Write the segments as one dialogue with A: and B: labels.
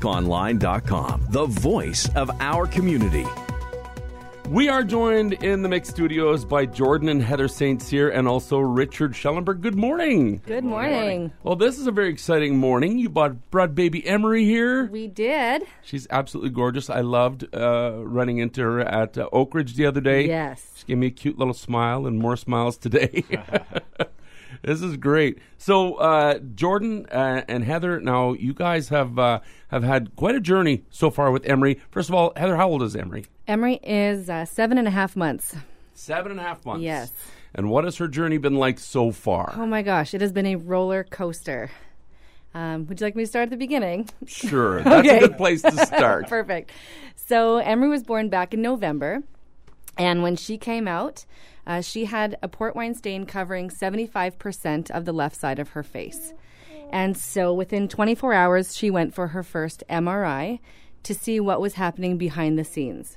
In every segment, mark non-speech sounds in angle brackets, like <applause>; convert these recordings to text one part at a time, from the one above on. A: SteinbackOnline.com, the voice of our community.
B: We are joined in the Mix Studios by Jordan and Heather St. Cyr and also Richard Schellenberg. Good morning.
C: Good morning.
B: Well, this is a very exciting morning. You brought, brought baby Emery here.
C: We did.
B: She's absolutely gorgeous. I loved uh, running into her at uh, Oak Ridge the other day.
C: Yes.
B: She gave me a cute little smile and more smiles today. <laughs> this is great. So, uh, Jordan uh, and Heather, now you guys have uh, have had quite a journey so far with Emery. First of all, Heather, how old is Emery?
C: Emery is uh, seven and a half months.
B: Seven and a half months.
C: Yes.
B: And what has her journey been like so far?
C: Oh my gosh, it has been a roller coaster. Um, would you like me to start at the beginning? <laughs>
B: Sure, that's
C: Okay.
B: a good place to start.
C: Perfect. So Emery was born back in November, and when she came out, uh, she had a port wine stain covering 75% of the left side of her face. And so within 24 hours, she went for her first MRI to see what was happening behind the scenes.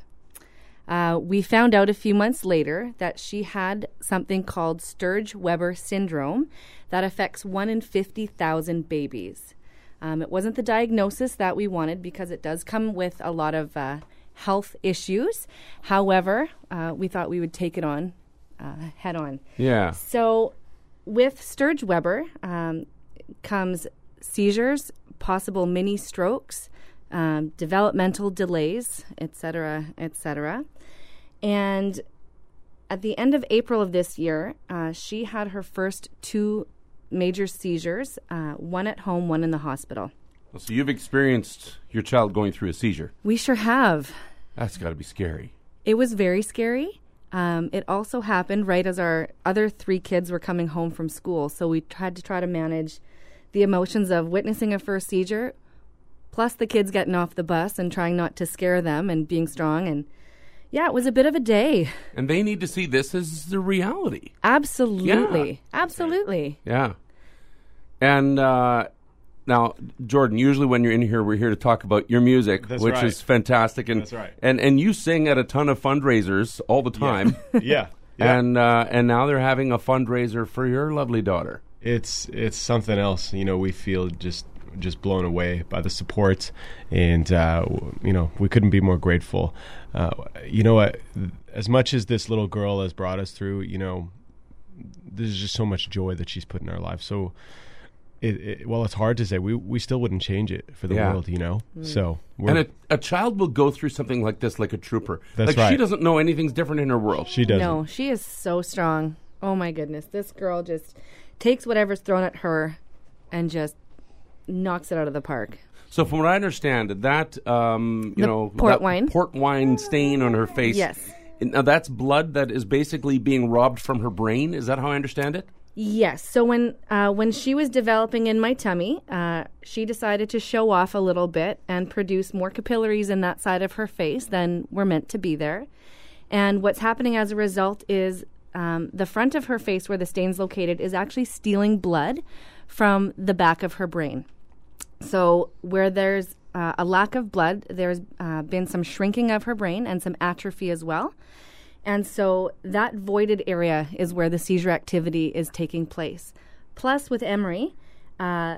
C: Uh, we found out a few months later that she had something called Sturge Weber syndrome that affects 1 in 50,000 babies. Um, it wasn't the diagnosis that we wanted because it does come with a lot of uh, health issues. However, uh, we thought we would take it on uh, head on.
B: yeah.
C: So, with Sturge Weber um, comes seizures, possible mini strokes, um, developmental delays, et cetera, et cetera. And at the end of April of this year, uh, she had her first two major seizures uh, one at home, one in the hospital.
B: So you've experienced your child going through a seizure.
C: We sure have.
B: That's got to be scary.
C: It was very scary. Um, it also happened right as our other three kids were coming home from school. So we had to try to manage the emotions of witnessing a first seizure, plus the kids getting off the bus and trying not to scare them and being strong. And yeah, it was a bit of a day.
B: And they need to see this as the reality.
C: Absolutely. Absolutely.
B: Yeah. And uh, now, Jordan, usually when you're in here, we're here to talk about your music,
D: That's
B: which
D: right.
B: is fantastic. And,
D: That's right.
B: And and you sing at a ton of fundraisers all the time.
D: yeah. <laughs> yeah.
B: And uh, and now they're having a fundraiser for your lovely daughter.
D: it's it's something else. You know, we feel just just blown away by the support, and uh, w- you know, we couldn't be more grateful. Uh, you know, what? as much as this little girl has brought us through, you know, there's just so much joy that she's put in our lives. So. It, it, well, it's hard to say. We we still wouldn't change it for the
B: Yeah.
D: world, you know. So we're,
B: And a, a child will go through something like this, like a trooper.
D: That's
B: like she
D: right.
B: doesn't know anything's different in her world.
D: she doesn't.
C: No, she is so strong. Oh my goodness. This girl just takes whatever's thrown at her and just knocks it out of the park.
B: So from what I understand, that um, you
C: The
B: know
C: port
B: that
C: wine?
B: port wine stain on her face.
C: Yes.
B: Now that's blood that is basically being robbed from her brain. Is that how I understand it?
C: Yes. So when uh, when she was developing in my tummy, uh, she decided to show off a little bit and produce more capillaries in that side of her face than were meant to be there. And what's happening as a result is um, the front of her face, where the stain's located, is actually stealing blood from the back of her brain. So where there's uh, a lack of blood, there's uh, been some shrinking of her brain and some atrophy as well. And so that voided area is where the seizure activity is taking place. Plus, with Emery, uh,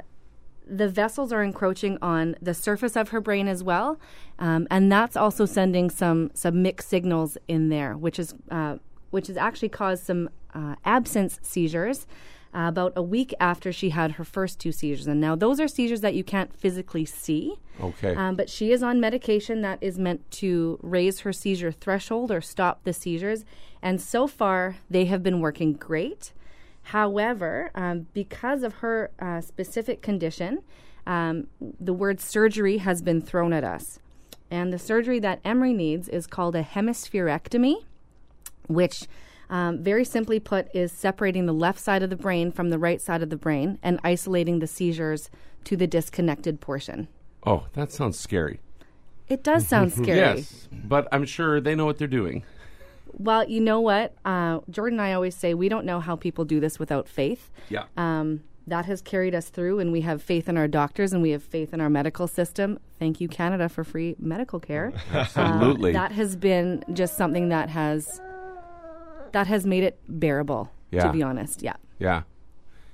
C: the vessels are encroaching on the surface of her brain as well, um, and that's also sending some some mixed signals in there, which is uh, which has actually caused some uh, absence seizures. Uh, about a week after she had her first two seizures, and now those are seizures that you can't physically see.
B: Okay.
C: Um, but she is on medication that is meant to raise her seizure threshold or stop the seizures. And so far, they have been working great. However, um, because of her uh, specific condition, um, the word surgery has been thrown at us. And the surgery that Emery needs is called a hemispherectomy, which, um, very simply put, is separating the left side of the brain from the right side of the brain and isolating the seizures to the disconnected portion.
B: oh, that sounds scary.
C: It does sound scary.
B: Mm-hmm. Yes, but I'm sure they know what they're doing.
C: Well, you know what? Uh, Jordan and I always say we don't know how people do this without faith.
B: Yeah.
C: Um, that has carried us through, and we have faith in our doctors and we have faith in our medical system. Thank you, Canada, for free medical care.
B: <laughs> Absolutely.
C: that has been just something that has that has made it bearable.
B: Yeah.
C: To be honest, yeah.
B: yeah.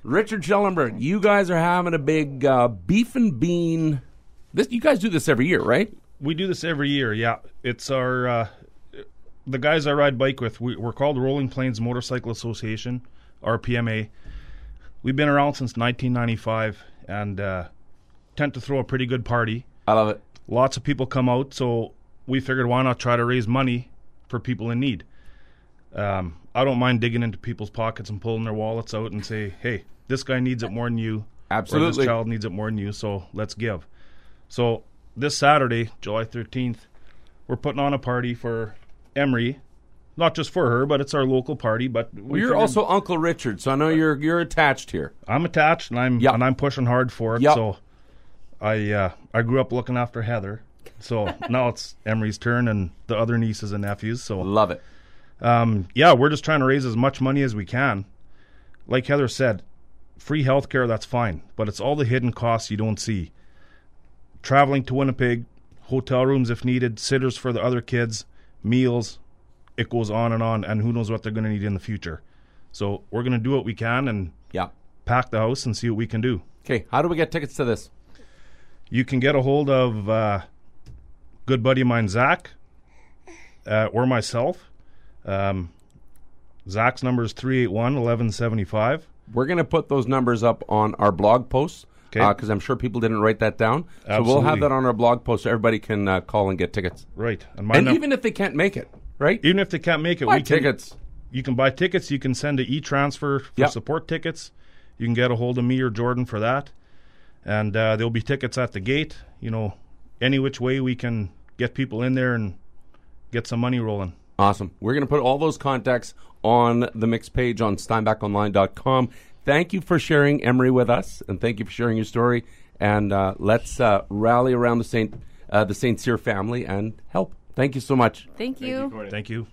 B: Richard Schellenberg, you guys are having a big uh, beef and bean This you guys do this every year, right?
E: We do this every year. Yeah, it's our uh, the guys I ride bike with. We, we're called Rolling Plains Motorcycle Association, RPMA. We've been around since 1995 and uh, tend to throw a pretty good party.
B: I love it.
E: Lots of people come out, so we figured why not try to raise money for people in need. Um, I don't mind digging into people's pockets and pulling their wallets out and say, "Hey, this guy needs it more than you." Or
B: Absolutely.
E: this child needs it more than you, so let's give. So this Saturday, July 13th, we're putting on a party for Emery. Not just for her, but it's our local party. But we
B: Well, you're
E: figured-
B: also Uncle Richard, so I know you're you're attached here.
E: I'm attached and I'm
B: Yeah.
E: and I'm pushing hard for it.
B: Yeah.
E: So I uh, I grew up looking after Heather. So <laughs> now it's Emery's turn and the other nieces and nephews. So
B: Love it.
E: um, yeah, we're just trying to raise as much money as we can. Like Heather said, free healthcare, that's fine, but it's all the hidden costs you don't see. Traveling to Winnipeg, hotel rooms if needed, sitters for the other kids, meals, it goes on and on, and who knows what they're going to need in the future. So we're going to do what we can and
B: Yeah.
E: pack the house and see what we can do.
B: Okay. How do we get tickets to this?
E: You can get a hold of uh, good buddy of mine, Zach, uh, or myself. Um, Zach's number is 381 1175.
B: We're going to put those numbers up on our blog posts
E: 'Kay.
B: because I'm sure people didn't write that down. So we'll have
E: Absolutely.
B: that on our blog post so everybody can uh, call and get tickets.
E: Right. And, my
B: And
E: num- even,
B: even if they can't make it, right?
E: if they can't make it,
B: buy
E: we can,
B: tickets.
E: you can buy tickets. You can send to e transfer for
B: Yep.
E: support tickets. You can get a hold of me or Jordan for that. And uh, there'll be tickets at the gate. You know, any which way we can get people in there and get some money rolling.
B: Awesome. We're going to put all those contacts on the mix page on steinbackonline.com. Thank you for sharing Emery with us, and thank you for sharing your story. And uh, let's uh, rally around the Saint uh, the Saint Cyr family and help. Thank you so much.
C: Thank you.
E: Thank you.